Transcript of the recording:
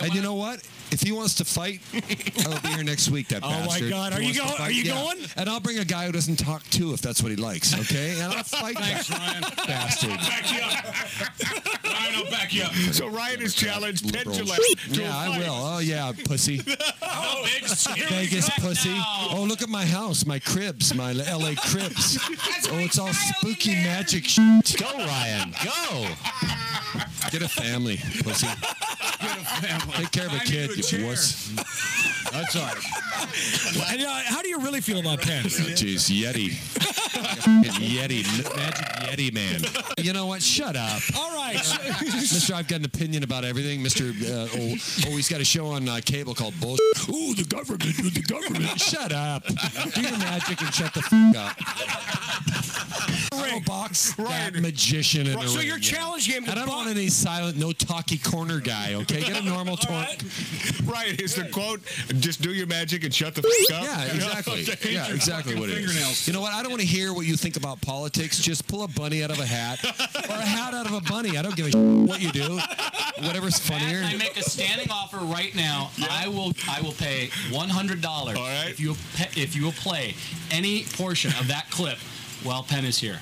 And you know what? If he wants to fight, I'll be here next week. That Oh, my bastard. God. If he Are you wants to go- are you going? And I'll bring a guy who doesn't talk too, if that's what he likes. Okay, and I'll fight that Ryan. bastard. Back you up. Ryan, I'll back you up. So Ryan has challenged Ted Liberals. Gillette to Yeah, a I fight. will. Oh yeah, pussy. Oh, bitch. Here we Vegas go. pussy. Oh, look at my house, my cribs, my L.A. cribs. oh, it's all spooky magic. Shit. Go, Ryan. Go. Get a family, pussy. Take care of a Find kid, you a you chair. wuss. That's all right. And, uh, how do you really feel about pens? Jeez, Oh, Yeti. Yeti, magic Yeti man. You know what? Shut up. All right. Mr. I've got an opinion about everything. Mr. Uh, oh, oh, he's got a show on uh, cable called Bullshit. Ooh, the government, the government. shut up. Do your magic and shut the f- up. I'll box that Ryan. magician in the So ring, you're yeah. challenging him to I don't box. want any silent, no talky corner guy, okay? Get a normal All talk. right. Ryan is the quote. Just do your magic and shut the f- up. Yeah, exactly. Yeah, exactly what it is. fingernails. You know what? I don't want to hear what you think about politics. Just pull a bunny out of a hat or a hat out of a bunny. I don't give a shit what you do. Whatever's funnier. I make a standing offer right now. I will. I will pay one hundred dollars All right. if you pe- if you will play any portion of that clip while Penn is here.